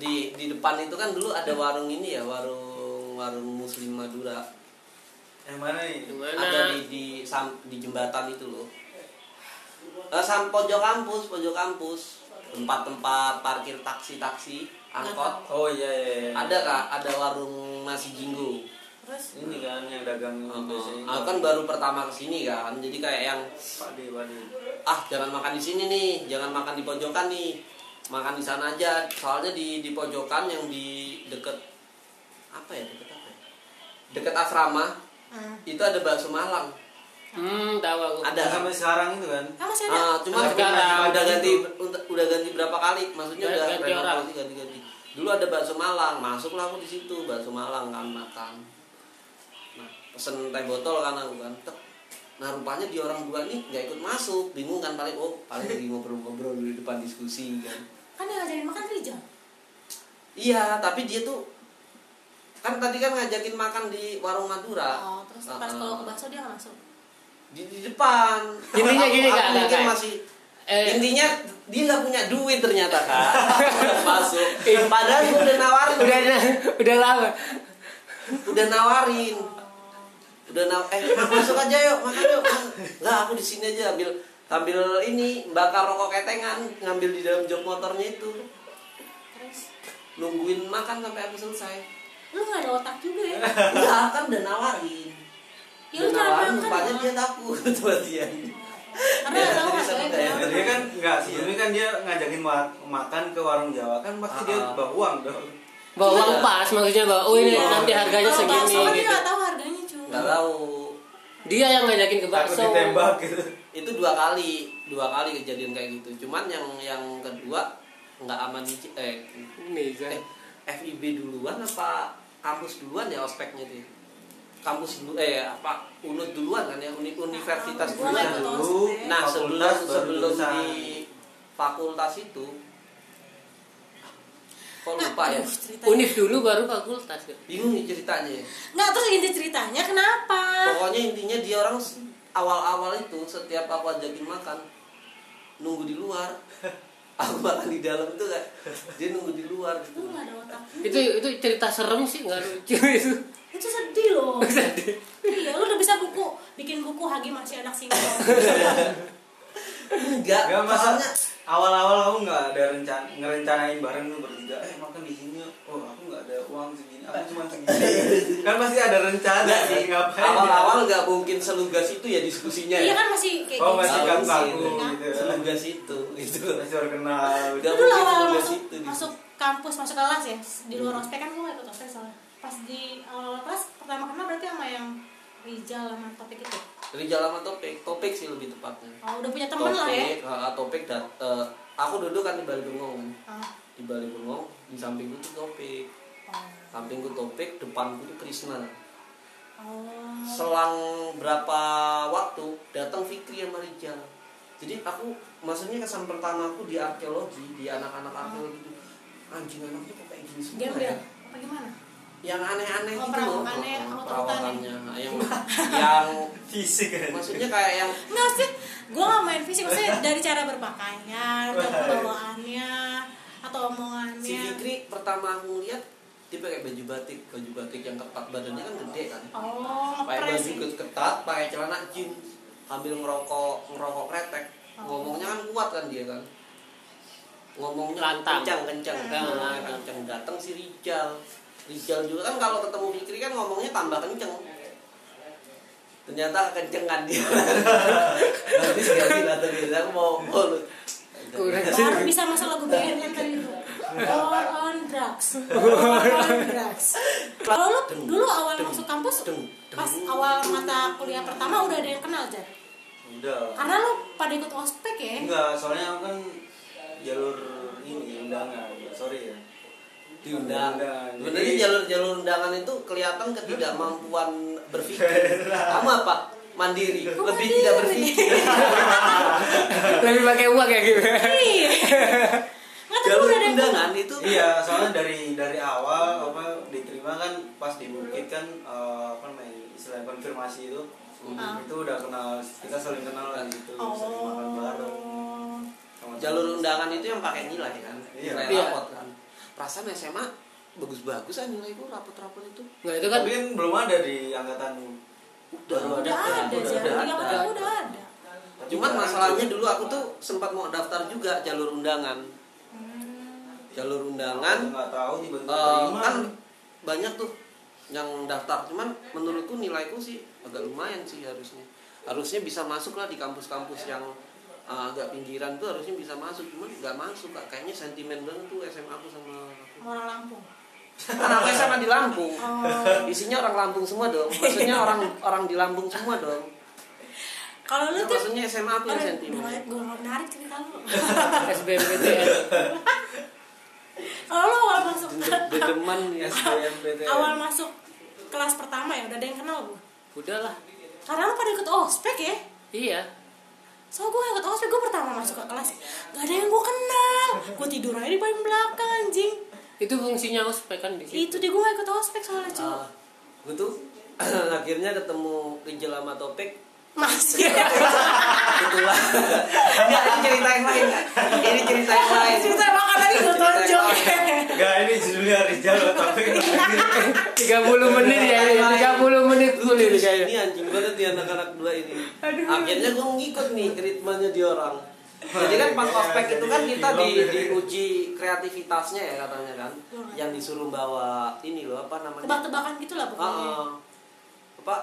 B: di di depan itu kan dulu ada warung ini ya warung warung Muslim Madura
C: Yang mana nih?
B: ada
D: gimana?
B: di di sam- di jembatan itu loh Eh, sam pojok kampus pojok kampus tempat-tempat parkir taksi taksi angkot
C: Oh iya iya. iya.
B: ada kak ada warung nasi jinggo
E: terus
C: Ini kan yang dagang biasanya.
B: aku kan baru pertama kesini kan jadi kayak yang
C: Pak D, Pak D.
B: ah jangan makan di sini nih jangan makan di pojokan nih makan di sana aja soalnya di di pojokan yang di deket apa ya deket apa ya? deket asrama
E: ah.
B: itu ada bakso malang
D: Hmm, tahu aku.
B: ada
C: Yang sampai sekarang itu kan.
E: Ah, masih ada
D: Iya.
B: Ah, cuma
D: Sekarang
B: sekarang udah
C: ada
B: ganti
C: itu.
B: udah ganti berapa kali maksudnya
D: gitu. Udah
B: udah
D: ganti
B: renovasi,
D: orang.
B: ganti ganti dulu ada bakso malang masuklah aku di situ bakso malang kan makan nah pesen teh botol kan aku kan Tek. nah rupanya di orang dua nih nggak ikut masuk bingung kan paling oh paling lagi ngobrol-ngobrol di depan diskusi kan
E: kan yang ngajarin makan Rijal
B: iya tapi dia tuh kan tadi kan ngajakin makan di warung Madura
E: oh terus
B: Ah,
E: pas
B: ah.
E: kalau ke bakso dia nggak masuk
B: di, di depan
D: Intinya
B: Aku-
D: gini,
B: aku
D: Kak, Kak,
B: mungkin
D: Kak.
B: masih
D: Eh,
B: Intinya dia nggak punya duit ternyata kak masuk. Padahal gue udah nawarin,
D: udah udah lama.
B: udah nawarin, udah naw eh masuk aja yuk makan yuk. Nggak aku di sini aja ambil ambil ini bakar rokok ketengan ngambil di dalam jok motornya itu
E: terus
B: nungguin makan sampai aku selesai.
E: lu nggak ada otak juga ya
B: Enggak kan udah nawarin.
E: ya
B: Udah
E: lu jangan
B: nawarin,
E: makan
B: rupanya dia
E: dong.
B: takut latihan.
E: karena nggak tahu
B: Dia takut ya.
E: harganya berapa.
C: Jadi kan enggak sebelumnya kan dia ngajakin ma- makan ke warung Jawa kan pasti dia
B: Ah.
C: bawa uang dong.
D: Bawa uang pas maksudnya bawa. Oh ini
B: Iya.
D: nanti harganya
E: Kalau bakso
D: segini
E: kan dia
D: gitu.
E: nggak tahu harganya cuy
B: Nggak tahu.
D: Dia yang ngajakin ke
C: Takut
D: bakso.
C: ditembak gitu.
B: itu dua kali dua kali kejadian kayak gitu cuman yang yang kedua nggak aman di eh,
D: Mega.
B: eh, FIB duluan apa kampus duluan ya ospeknya tuh kampus dulu eh apa unut duluan kan ya uni- universitas
E: Gua
B: Nah, duluan
E: nggak ikut OSIS
C: dulu.
E: deh.
B: nah sebelum
C: Fakultas baru
B: sebelum
C: lulusan.
B: di fakultas itu kok lupa ya
E: Aduh, ceritanya.
D: Unif dulu baru fakultas. ya.
B: bingung nih ceritanya
E: nggak terus inti ceritanya kenapa
B: pokoknya intinya dia orang s- awal-awal itu setiap aku ajakin makan nunggu di luar aku makan di dalam tuh kayak dia nunggu di luar gitu.
E: lu nggak ada otak
D: Itu itu cerita serem sih nggak lucu itu.
E: itu sedih loh iya lu udah bisa buku bikin buku Hagi masih anak single
C: Iya,
B: enggak
C: Enggak masa
B: soalnya
C: awal-awal aku enggak ada rencana ngerencanain bareng tuh bertiga. Eh makan di sini. yuk. Oh, aku enggak ada uang segini. Aku cuma segini. kan pasti ada rencana
B: enggak
C: sih
B: sih
C: ngapain.
B: awal-awal nggak mungkin selugas itu ya diskusinya ya
E: iya kan masih kayak
C: Oh,
E: gini.
C: masih
E: Iya kan?
B: Tahu
C: gampang
B: sih,
C: gitu.
B: selugas itu gitu
C: Masih orang kenal.
B: Udah.
E: Lu dulu
B: mungkin gitu.
E: awal
B: selugas
E: masuk
B: itu di-
E: masuk kampus masuk kelas ya di
B: Hmm.
E: luar ospek kan gua nggak ikut ospek soalnya pas di awal kelas pertama kenal berarti sama yang Rijal sama topik itu
B: dari jalan sama topik topik sih lebih tepatnya
E: oh udah punya temen
B: topik
E: lah ya
B: ah, topik dan eh, aku duduk kan di Bali Bengong kan.
E: Ah,
B: di Bali Bengong di sampingku tuh topik sampingku topik depanku tuh Krishna
E: oh.
B: selang berapa waktu datang Fikri sama Rijal jadi aku maksudnya kesan pertama aku di arkeologi di anak-anak arkeologi itu anjing anaknya kok kayak gini semua
E: gembel
B: ya
E: apa gimana
B: yang aneh-aneh
E: Oh,
B: gitu loh
E: perawakannya,
B: Oh,
E: otot-ototannya.
B: perawakannya yang yang
C: Fisik kan. aja.
B: maksudnya kayak yang
E: Nggak sih, gue gak main fisik maksudnya dari cara berpakaian atau pembawaannya atau omongannya
B: si Fikri pertama aku lihat dia pakai baju batik baju batik yang ketat badannya kan gede kan
E: oh
B: pakai
E: ngepres
B: baju
E: sih
B: ikut ketat pakai celana jeans ambil ngerokok ngerokok kretek
E: Oh.
B: ngomongnya kan kuat kan dia kan ngomongnya
D: Lantang.
B: kencang kencang kan
E: Hmm.
B: nah, kencang datang si Rijal Rijal juga kan kalau ketemu Fikri kan ngomongnya tambah kenceng ternyata kenceng kan dia habis ganti lah tadi aku mau mau lu-
D: Kurang
E: baru bisa masuk lagu BNN tadi itu gitu. War on drugs War on drugs kalau lu dulu awal
B: Deng,
E: masuk kampus
B: deng,
E: pas
B: deng,
E: awal mata kuliah pertama udah ada yang kenal Jar
C: udah
E: karena lu pada ikut ospek ya
C: enggak soalnya aku kan jalur ini undangan ya sorry ya
B: diundang.
C: Diundang.
B: Sebenarnya
C: Jadi-
B: jalur-jalur undangan itu kelihatan ketidakmampuan berpikir. Sama apa? Mandiri,
E: Kok
B: lebih
E: mandiri?
B: tidak berpikir.
D: Lebih pakai uang ya gitu.
E: iya nggak tahu
B: jalur
E: Kan
B: kan?
E: udah ada yang kenal
B: undangan itu
C: iya soalnya dari dari awal apa diterima kan pas di bukit kan eh, apa namanya istilah konfirmasi itu
E: Ah.
C: itu udah kenal kita saling kenal lah gitu sering makan bareng
E: oh
C: sama
B: jalur undangan itu yang pakai nilai kan.
C: Iya.
B: Nilai
D: Iya.
B: rapot kan. Perasaan SMA bagus-bagus aja nilaiku rapot-rapot itu.
D: Nah itu kan
C: tapi kan belum ada di angkatan
B: Udah,
E: udah ada
B: udah,
E: Jar
B: udah
E: tiga
B: ada.
E: tahun udah ada
C: Tapi
B: Cuman
C: sekarang
B: masalahnya
C: tuh-
B: dulu aku tuh sempat mau daftar juga jalur undangan.
E: Hmm.
B: Jalur undangan
C: nggak tahu
B: Eh,
C: tiba-tiba terima.
B: kan banyak tuh yang daftar cuman menurutku nilaiku sih agak lumayan sih harusnya harusnya bisa masuk lah di kampus-kampus yang eh, agak pinggiran tuh harusnya bisa masuk cuman nggak masuk Kak. kayaknya sentimen banget tuh SMA aku sama
E: Sama orang Lampung
B: karena aku SMA di Lampung
E: oh
B: isinya orang Lampung semua dong maksudnya orang orang di Lampung semua dong
E: kalau lu
B: Nah,
E: tuh ya?
B: maksudnya SMA aku yang
E: Aduh,
B: sentimen
E: udah gue menarik cerita lu
D: SBMPTN.
E: kalau lu awal masuk
B: Dendam- dendaman ya
C: SBMPTN.
E: awal masuk kelas pertama ya udah ada yang kenal gue
D: Udahlah.
E: karena lu pada ikut ospek ya
D: Iya.
E: so gue ikut ospek gue pertama masuk ke kelas gak ada yang gue kenal gue tidur aja di paling belakang anjing
D: Itu fungsinya ospek kan di situ.
E: itu dia gue gak ikut ospek soalnya cuy
B: Ah, gue tuh akhirnya ketemu Rijal sama Topik
E: masih
B: Itulah. Nggak, ini cerita yang lain. Ini cerita yang lain.
E: cerita makan lagi gue tonjok
C: Nggak, ini judulnya Rizal tapi
D: 30 menit ya, ini. 30 menit full ini
B: Ini
D: kayaknya.
B: anjing banget nih anak-anak dua ini. Akhirnya gue ngikut nih ritmenya di orang. Jadi kan pas ospek itu kan kita di, diuji kreativitasnya ya katanya kan, yang disuruh bawa ini loh apa namanya?
E: tebak-tebakan gitu lah
B: Ah,
E: pokoknya
B: ah. apa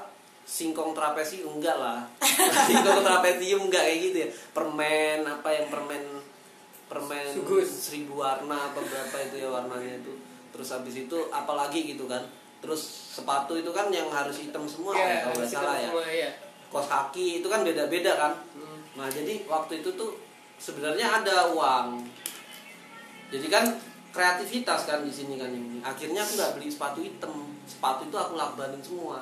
B: singkong trapesium enggak lah singkong trapesium enggak kayak gitu ya permen apa yang permen permen
D: Sugus.
B: seribu warna apa berapa itu ya warnanya itu terus habis itu apalagi gitu kan terus sepatu itu kan yang harus hitam semua ya,
D: Iya,
B: kalau nggak salah ya
D: ya.
B: kos kaki itu kan beda-beda kan nah jadi waktu itu tuh sebenarnya ada uang jadi kan kreativitas kan di sini kan ini akhirnya aku nggak beli sepatu hitam sepatu itu aku lakbanin semua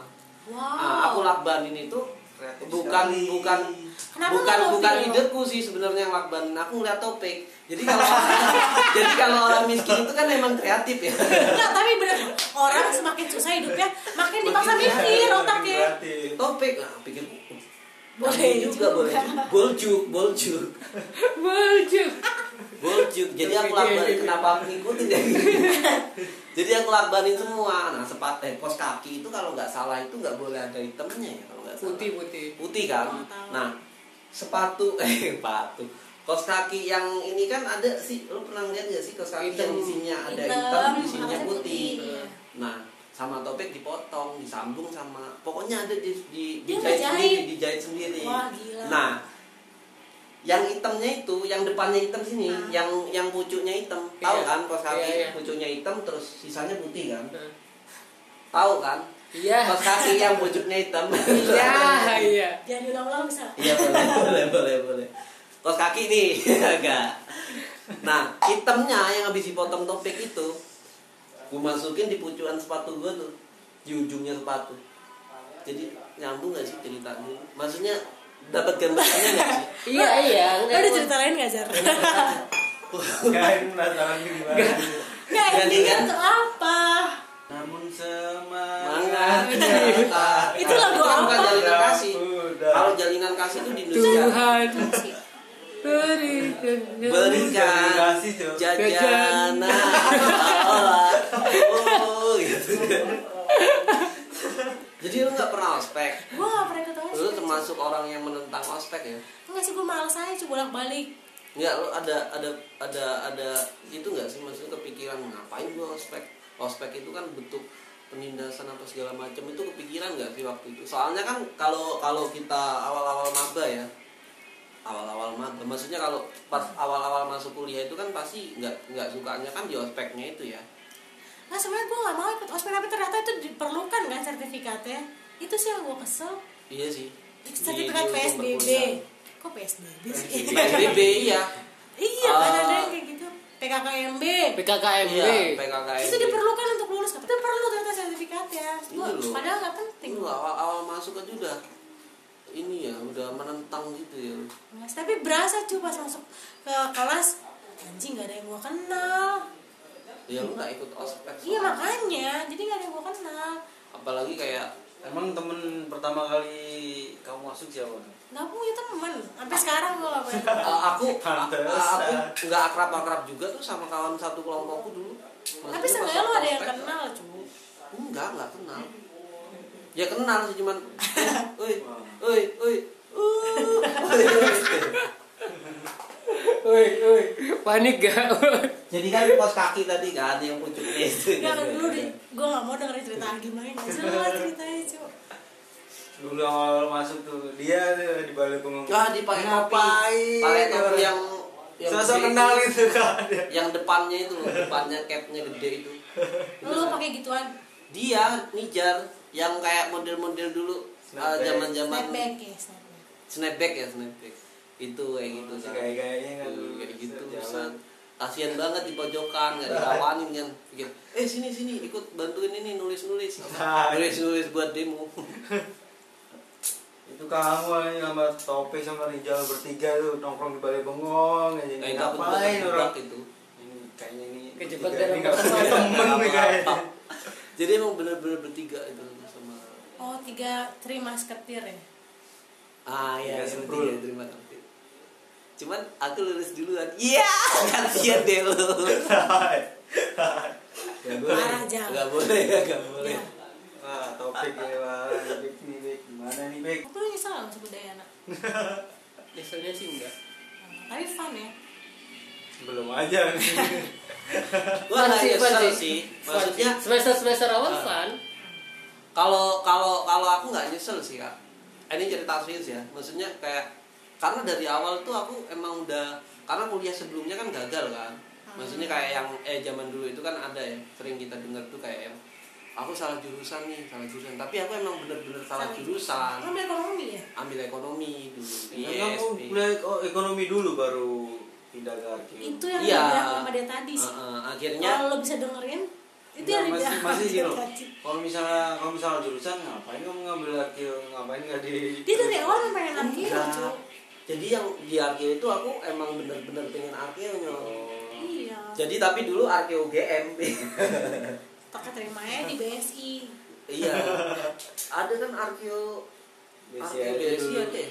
B: nah, aku
E: wow
B: lakbanin itu
C: Kreatif
B: bukan
C: sekali.
B: bukan
E: Kenapa
B: bukan
E: nggak lo
B: bukan
E: video?
B: ideku sih sebenarnya yang lakbanin aku ngeliat topik jadi kalau jadi kalau orang miskin itu kan emang kreatif ya
E: Enggak, tapi bener orang semakin susah hidupnya makin dipaksa
B: Makin
E: mikir otaknya
C: Kreatif.
B: topik nah pikir
E: Boleh
B: boleh juga boleh juga. boljuk boljuk
D: Bujuk.
B: Boljuk, jadi aku lakbanin kenapa aku ngikutin ya Jadi aku lakbanin semua Nah sepat eh, kos kaki itu kalau nggak salah itu nggak boleh ada hitamnya ya kalau nggak salah
D: Putih putih.
B: Putih kan
E: Oh, tahu.
B: Nah sepatu, eh sepatu Kos kaki yang ini kan ada sih, lu pernah lihat nggak sih kos kaki yang
D: Hitam.
B: isinya ada hitam, isinya
E: makanya
B: putih.
E: iya.
B: Nah sama topik dipotong, disambung sama pokoknya ada di, di, dijahit
E: Dia ngejahit.
B: sendiri, dijahit sendiri.
E: Wah, gila.
B: Nah, yang hitamnya itu, yang depannya hitam sini,
E: Ah.
B: yang yang pucuknya hitam, tahu
D: Iya.
B: kan? Kos kaki
D: Iya, iya.
B: pucuknya hitam, terus sisanya putih kan?
D: Nah.
B: Tahu kan?
D: Iya.
B: Kos kaki yang pucuknya hitam.
D: Iya, iya.
E: jangan diulang-ulang bisa
B: Iya boleh, boleh, boleh, boleh. Kos kaki nih, agak. Nah, hitamnya yang habis dipotong topik itu, gue masukin di pucukan sepatu gue tuh, di ujungnya sepatu. Jadi nyambung gak sih ceritanya? Maksudnya dapat gambarnya gak sih?
D: Iya, iya.
E: Lo ada cerita lain gak, Jar?
C: Nggak, ini penasaran nih gimana.
E: Nggak,
B: Ganti,
E: endingnya
B: kan?
E: tuh apa?
C: Namun
B: Semangat
C: semangat
B: cinta.
E: Itu
B: Kan
E: lagu
B: Bukan
E: apa?
B: dari
C: ya
B: Bekasi.
C: udah
B: Kalau jalinan kasih itu di Indonesia
D: Tuhan berikan
B: berikan
C: kasih tuh
B: jajanan oh gitu jadi lu nggak pernah ospek
E: Gue gak pernah ikut
B: lu
E: ospek
B: termasuk orang yang menentang ospek ya
E: Enggak sih, gue males aja cuy bolak-balik
B: nggak lu ada ada ada ada itu nggak sih maksudnya kepikiran ngapain gua ospek ospek itu kan bentuk penindasan apa segala macam itu kepikiran nggak sih waktu itu soalnya kan kalau kalau kita awal-awal maba ya awal-awal maba maksudnya kalau pas awal-awal masuk kuliah itu kan pasti nggak nggak sukanya kan di ospeknya itu ya
E: Nah sebenarnya gue gak mau ikut ospek Tapi ternyata itu diperlukan kan sertifikatnya Itu sih yang gue kesel
B: Iya sih. Di- di
E: Sertifikat
B: untuk
E: PSBB
B: perkuliahan.
E: Kok PSBB sih?
B: PSBB iya.
E: Iya kan
B: Ah.
E: ada yang kayak gitu PKKMB
D: PKKMB
B: Iya, PKKM.
E: Itu diperlukan untuk lulus Tapi perlu ternyata sertifikatnya Gua-
B: Iya loh.
E: Padahal gak penting
B: Lu awal, awal masuk aja udah ini ya, udah menentang gitu ya.
E: Mas, tapi berasa cuy pas masuk ke kelas anjing gak ada yang gua kenal
B: Ya lu nggak ikut ospek.
E: iya
B: soalnya.
E: makanya jadi gak ada yang gua kenal
B: Apalagi kayak
C: emang temen pertama kali kamu masuk siapa
E: nggak punya temen sampai sekarang gua gak punya temen.
B: uh, aku uh,
C: Pantesan.
B: aku nggak akrab akrab juga tuh sama kawan satu kelompokku dulu.
E: tapi seenggaknya lo ada yang kenal cuy
B: Enggak, enggak kenal. Ya kenal sih cuman, oi, oi, oi, uh, oi, oi.
D: Woi, woi, panik gak?
B: Jadi kan pos kaki tadi kan yang pucuknya
C: Iya.
B: itu.
E: Enggak, dulu deh gua gak mau dengerin cerita Agim lagi gak jelas ceritanya cuy
C: dulu awal-awal masuk tuh dia tuh di balik pengumuman
B: Nah, dipakai topi.
C: Ngapain?
B: Pakai topi yang yang
C: sosok
B: gede
C: kenal
B: itu.
C: itu kan dia
B: Yang depannya itu, loh, depannya capnya gede itu.
E: lo pakai gituan
B: Dia nijar yang kayak model-model dulu eh,
C: Snapback.
B: zaman-zaman
E: snapback ya snapback
B: snapback ya snapback. Itu kayak gitu.
C: Masih
B: kan.
C: gaya-gayanya kan
B: Tuh,
C: dulu,
B: kayak gitu.
C: jalan.
B: Set. Kasian banget di pojokan, gak ditawanin kan. Pikir, eh sini sini ikut bantuin ini nulis-nulis.
C: Nah.
B: Nulis-nulis buat demo.
C: itu kamu aja sama Tope sama Rizal bertiga tuh nongkrong di balai bengong aja
B: Nah, itu aku juga
C: ngapain orang
B: terjebak itu.
C: ini kayaknya ini
D: Kejebak
C: bertiga
D: dalam
C: ini nggak punya
D: pertemanan.
C: temen nih kayaknya
B: Jadi emang bener-bener bertiga itu sama
E: oh tiga tri masketir ya
B: Ah iya,
C: Tiga
B: yang
C: semprul.
B: bertiga, terima kasih. Cuman aku lulus duluan. Iya, kasihan deh lu. Gak boleh.
E: Parah, Jang.
C: Iya.
B: Gak boleh ya, gak boleh.
E: Ya.
C: wah Tope kayak wah Bek nih Bek gimana nih Bek
E: tapi lo nyesel gak masuk budaya anak
D: Biasanya sih enggak.
E: tapi fun ya
C: belum aja
B: Gua nggak
D: Fun sih, fun
B: nyesel
D: sih.
B: ya, sih. Maksudnya
D: semester semester awal
B: Ah.
D: fun.
B: kalau kalau kalau aku nggak nyesel sih kak ini cerita serius ya maksudnya kayak karena dari awal tuh aku emang udah karena kuliah sebelumnya kan gagal kan maksudnya kayak yang eh zaman dulu itu kan ada ya sering kita dengar tuh kayak yang aku salah jurusan nih salah jurusan tapi aku emang bener-bener salah
E: lo
B: jurusan
E: ambil ekonomi ya
B: ambil ekonomi dulu di
C: Iya, kamu
B: ISP.
C: kuliah eko- ekonomi dulu baru pindah ke arkeologi.
E: itu yang
B: Iya.
E: dibilang sama dia tadi sih Oh.
B: Heeh, akhirnya
E: kalau lo bisa dengerin itu yang
C: Enggak,
E: dibilang
C: Iya. masih, masih gitu.
E: sama dia tadi.
C: Kalau misalnya kalau misalnya jurusan ngapain kamu ngambil arkeologi? Ngapain nggak di?
E: dia dari awal memang pengen lagi
C: Iya.
B: Enggak.
E: cuy
B: jadi yang di arkeo itu aku emang bener-bener pengen arkeo Nyok.
C: Oh.
E: iya
B: jadi tapi dulu arkeo GM
E: tak keterimanya ya di BSI
B: Iya. ada kan arkeo
C: Besi
B: arkeo
C: aja
B: BSI
C: dulu.
B: ada. ya?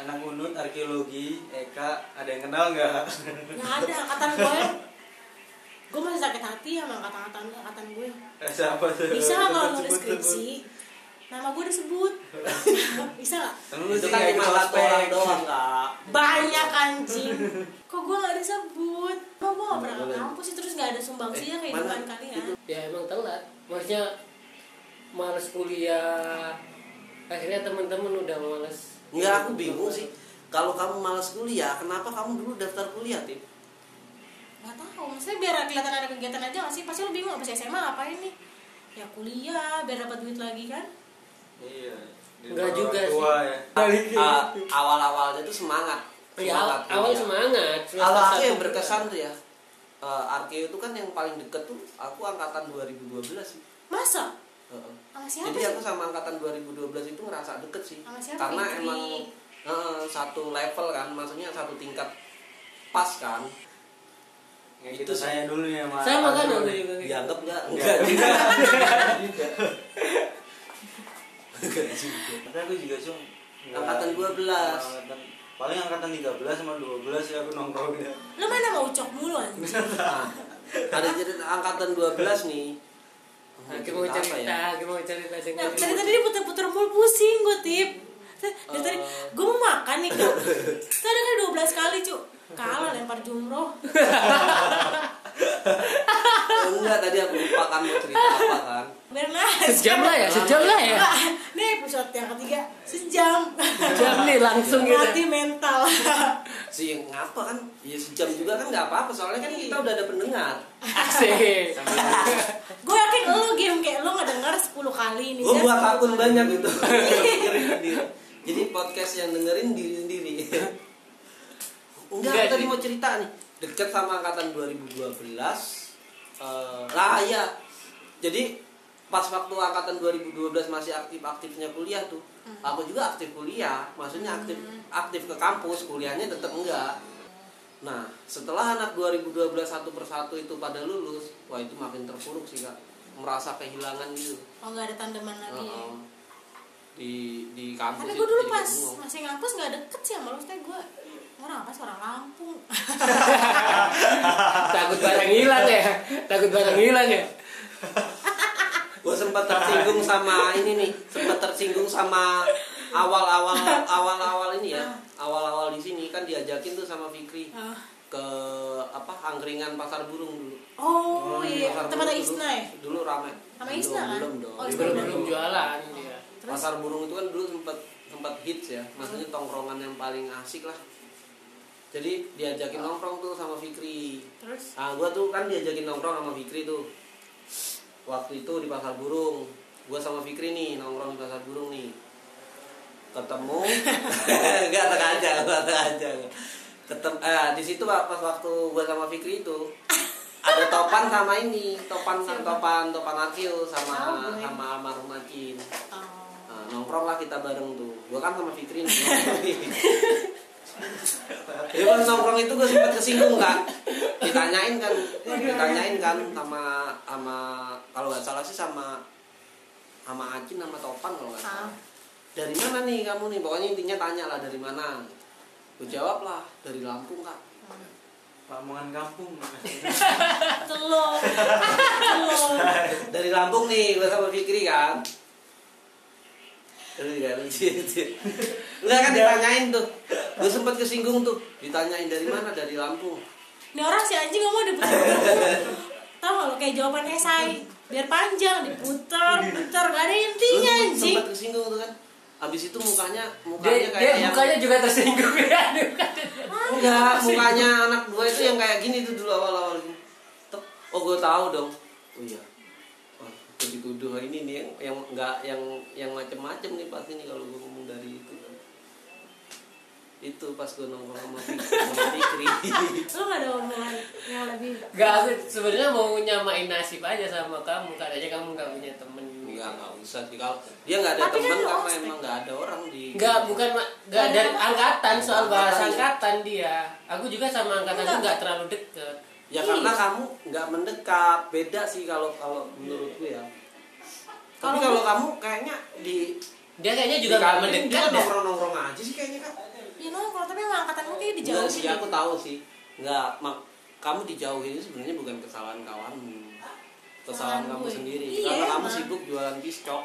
C: Anak unut arkeologi Eka ada yang kenal nggak?
E: nggak ada angkatan gue gue masih sakit hati sama angkatan angkatan gue
C: Siapa tuh?
E: bisa nggak kalau
C: Sebut,
E: nulis
C: sebut.
E: skripsi nama gue disebut bisa nggak
C: Kan lu
B: Itu
C: sih
B: kan
C: nggak
B: cuma
C: ikut
B: satu
C: ospek.
B: orang doang kak.
E: banyak anjing kok gue nggak disebut kok gue nggak pernah ke
C: Boleh.
E: kampus sih terus nggak ada sumbangsinya
B: Eh,
E: kehidupan
B: mana?
E: kalian
D: Ya emang telat. Maksudnya males kuliah. Akhirnya teman-teman udah males.
B: Enggak aku bingung sih. Kalau kamu malas kuliah, kenapa kamu dulu daftar kuliah, Tim?
E: nggak tahu maksudnya biar kelihatan ada kegiatan aja nggak sih pasti lu bingung pas SMA ngapain nih ya kuliah biar dapat duit lagi kan
C: Iya. Di
D: Nggak
C: depan
D: juga
C: orang
D: sih.
C: tua ya.
B: Ah, awal-awalnya tuh semangat.
D: Ya, awal, awal
B: kuliah.
D: semangat. Semester
B: Awal aku
D: satu
B: yang
D: juga.
B: berkesan tuh ya. Eh, arkeo itu kan yang paling deket tuh aku angkatan 2012 sih. Eh,
E: masa
B: Heeh.
E: sama siapa
B: Jadi
E: sih
B: aku sama angkatan 2012 itu ngerasa deket sih.
E: Sama siapa?
B: Karena
E: Fitri.
B: emang eh, satu level kan, maksudnya satu tingkat pas kan.
C: Yang
B: Itu sih.
C: kita tanya dulu ya, nih sama.
D: Sama kan
C: Arkeologi.
D: aku juga.
B: Dianggap nggak?
C: Nggak
B: Enggak
C: juga.
B: juga.
C: Tapi aku juga sih
B: Angkatan 12.
C: Angkatan- paling angkatan 13 sama 12 ya aku nongkrongnya
E: Lu main sama Ucok mulu anjing.
B: Nah, Ada cerita angkatan 12 nih.
D: Nah, Aku mau
B: Cerita apa ya?
D: cerita, aku mau cerita
E: Nah,
D: dengan
E: dari tadi diputer-puter mulu pusing gue tip. Dari tadi gue mau makan nih kak. Tadi kan 12 kali cu. Kalah lempar jumroh.
B: Oh, enggak tadi aku lupa kan mau cerita apa kan.
E: Biar nah.
D: Sejam lah ya, sejam lah ya.
E: Nih episode yang ketiga sejam.
D: Jam nih langsung
E: Mati
D: gitu.
E: mental.
B: Si ngapa kan? Ya sejam juga kan nggak apa-apa soalnya kan kita udah ada pendengar.
D: Asik.
E: gue yakin lu game kayak lu ngedenger 10 kali nih.
B: Gue
E: Zan.
B: buat akun banyak itu. Dengerin sendiri. Jadi podcast yang dengerin diri sendiri. Enggak,
D: Enggak,
B: tadi
D: Ji.
B: mau cerita nih. Deket sama angkatan 2012. eh lah iya. Jadi pas waktu angkatan 2012 masih aktif-aktifnya kuliah tuh. Aku juga aktif kuliah, maksudnya aktif aktif ke kampus, kuliahnya tetap enggak. Nah, setelah anak 2012 satu persatu itu pada lulus, wah itu makin terpuruk sih Kak. Merasa kehilangan gitu.
E: Oh nggak ada tandeman lagi ya.
B: Heeh. di di kampus itu
E: Tapi gue dulu
B: jadi
E: pas
B: bingung.
E: masih ngampus nggak deket sih sama lu. Maksudnya gue orang apa sih orang Lampung.
D: Takut barang hilang ya. Takut barang hilang ya.
B: gue sempat tersinggung sama ini nih sempat tersinggung sama awal-awal awal-awal ini ya awal-awal di sini kan diajakin tuh sama Fikri
E: Ah.
B: ke apa angkringan pasar burung dulu
E: Oh iya,
B: Pasar
E: tempatnya
B: Burung
E: Isna ya?
B: dulu, dulu rame
E: Sama Isna
B: Belum,
E: kan?
B: belum dong.
E: Oh, Isna
D: Belum belum jualan dia.
E: Terus?
B: pasar burung itu kan dulu sempat sempat hits ya maksudnya tongkrongan yang paling asik lah jadi diajakin nongkrong tuh sama Fikri
E: Terus?
B: Ah, gua tuh kan diajakin nongkrong sama Fikri tuh. Waktu itu di Pasar Burung. Gua sama Fikri nih nongkrong di Pasar Burung nih. Ketemu enggak sengaja, enggak sengaja. Ketemu eh di situ Pak, pas waktu gua sama Fikri itu ada topan sama ini, topan topan topan Akil
E: Tahu
B: sama
E: gue.
B: sama almarhum Acil.
E: Oh.
B: Nah, nongkrong lah kita bareng tuh. Gua kan sama Fikri nih. Jadi pas nongkrong itu gue sempat kesinggung kan. Ditanyain kan, ditanyain kan sama sama kalau nggak salah sih sama sama Acin sama Topan kalau nggak
E: Ah.
B: salah. Dari mana nih kamu nih? Pokoknya intinya tanya lah dari mana. Gue jawab lah dari Lampung kak.
C: Lamongan kampung
E: Telur. Telur.
B: Dari Lampung nih gue sama Fikri kan. Lu nggak lucu itu. iya. Enggak kan
D: Iya.
B: ditanyain tuh. Gue sempat kesinggung tuh. Ditanyain dari mana? Dari Lampung.
E: Ini orang si anjing ngomong diputer-puter. Tahu nggak lo kayak jawaban esai. Biar panjang diputer, puter gak ada intinya
B: Lu
E: Iya, anjing.
B: Sempat kesinggung tuh kan. Abis itu mukanya
D: Dia,
B: mukanya
D: dia
B: kayak yang-
D: mukanya juga tersinggung ya. Dia mukanya-
E: Ah,
B: enggak mukanya anak dua itu yang kayak gini tuh dulu awal-awal gini. Tek. Oh gue tahu dong. Oh iya. Wah, gua dituduh ini nih yang yang enggak yang yang macem-macem nih pasti nih kalau gue ngomong dari itu. kan. Itu pas gue nongkrong sama Fikri- sama Fikri.
E: Lo gak ada omongan yang lebih.
D: Gak, aku sebenarnya mau nyamain nasib aja sama kamu. Katanya kamu gak punya temen. gitu.
B: Enggak, enggak usah sih kalau dia enggak ada
E: Tapi kan
B: teman
E: lu
B: karena
E: ospek.
B: emang enggak ada orang di
D: Enggak, bukan Mak. Enggak
E: Ada
D: dari
E: apa?
D: angkatan soal bahasa
B: Angkatan.
D: angkatan dia. Aku juga sama angkatanku
E: Enggak.
D: enggak terlalu deket.
B: Ya karena kamu nggak mendekat, beda sih kalau kalau menurutku ya. Tapi
E: Kalau-
B: kalau kamu kayaknya di
D: Dia kayaknya juga enggak mendekat ya? dah.
B: nongkrong nongkrong kan aja sih kayaknya kan.
E: Ya no, kalau tapi emang angkatan gue kayak
B: Enggak sih,
E: dijauhin.
B: Iya, aku tahu sih. Enggak, mak kamu dijauhin itu sebenarnya bukan kesalahan kawanmu. Kesalahan
E: Kesalahan
B: kamu
E: gue.
B: sendiri.
E: Iya,
B: Karena kamu
E: emang.
B: sibuk jualan piscok.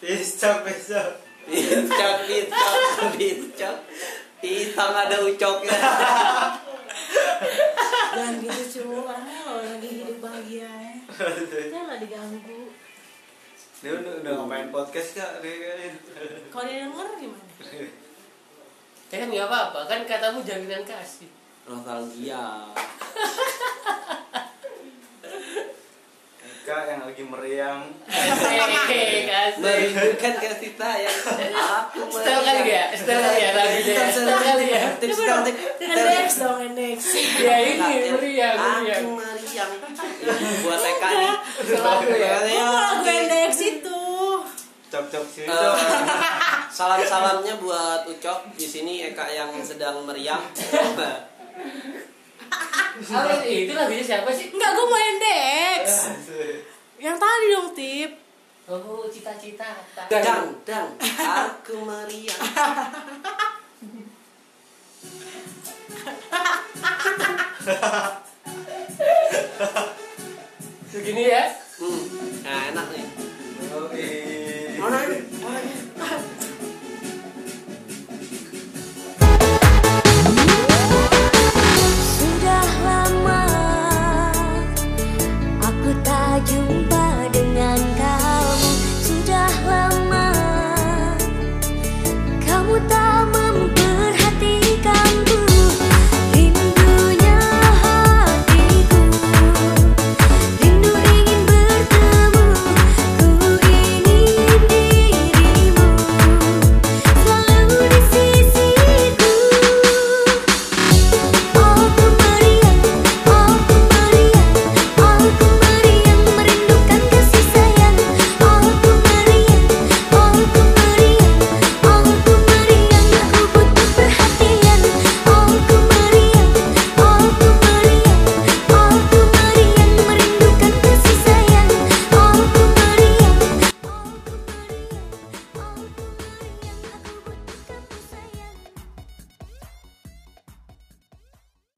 C: piscok piscok
B: Piscok, piscok, piscok. Pisang ada ucoknya.
E: Jangan gitu cu, orangnya kalau lagi hidup bahagia ya. Jangan diganggu.
C: dia udah, udah main podcast kak dia kayaknya.
E: Kalau dia denger gimana?
D: Ya kan enggak apa-apa, kan katamu jaminan kasih.
B: Nostalgia.
C: Eka yang lagi meriang
D: Hehehe, kasih.
B: Merindukan kasih sayang. Aku
D: Setel kali ya, setel kali ya lagunya. ya? Setel kali ya.
E: Coba dong,
B: ya.
E: next dong, next.
D: Ya ini meriang, meriang.
B: Aku meriang. Buat TK nih.
D: Selalu
B: Iya.
D: ya.
E: Gue mau lagu NDX itu.
C: cok cok sini
B: Eh,
C: cok
B: Salam-salamnya buat Ucok di sini Eka yang sedang meriang.
D: Apa sih? itu lagunya siapa sih?
E: Enggak, gue mau NDX. Yang tadi dong, Tip.
D: Oh, cita-cita.
B: Dang, dang, aku Maria.
D: Begini ya.
B: Hmm, nah enak nih.
D: ya.
B: Hmm.
C: Oke.
B: Nah, Mana ini?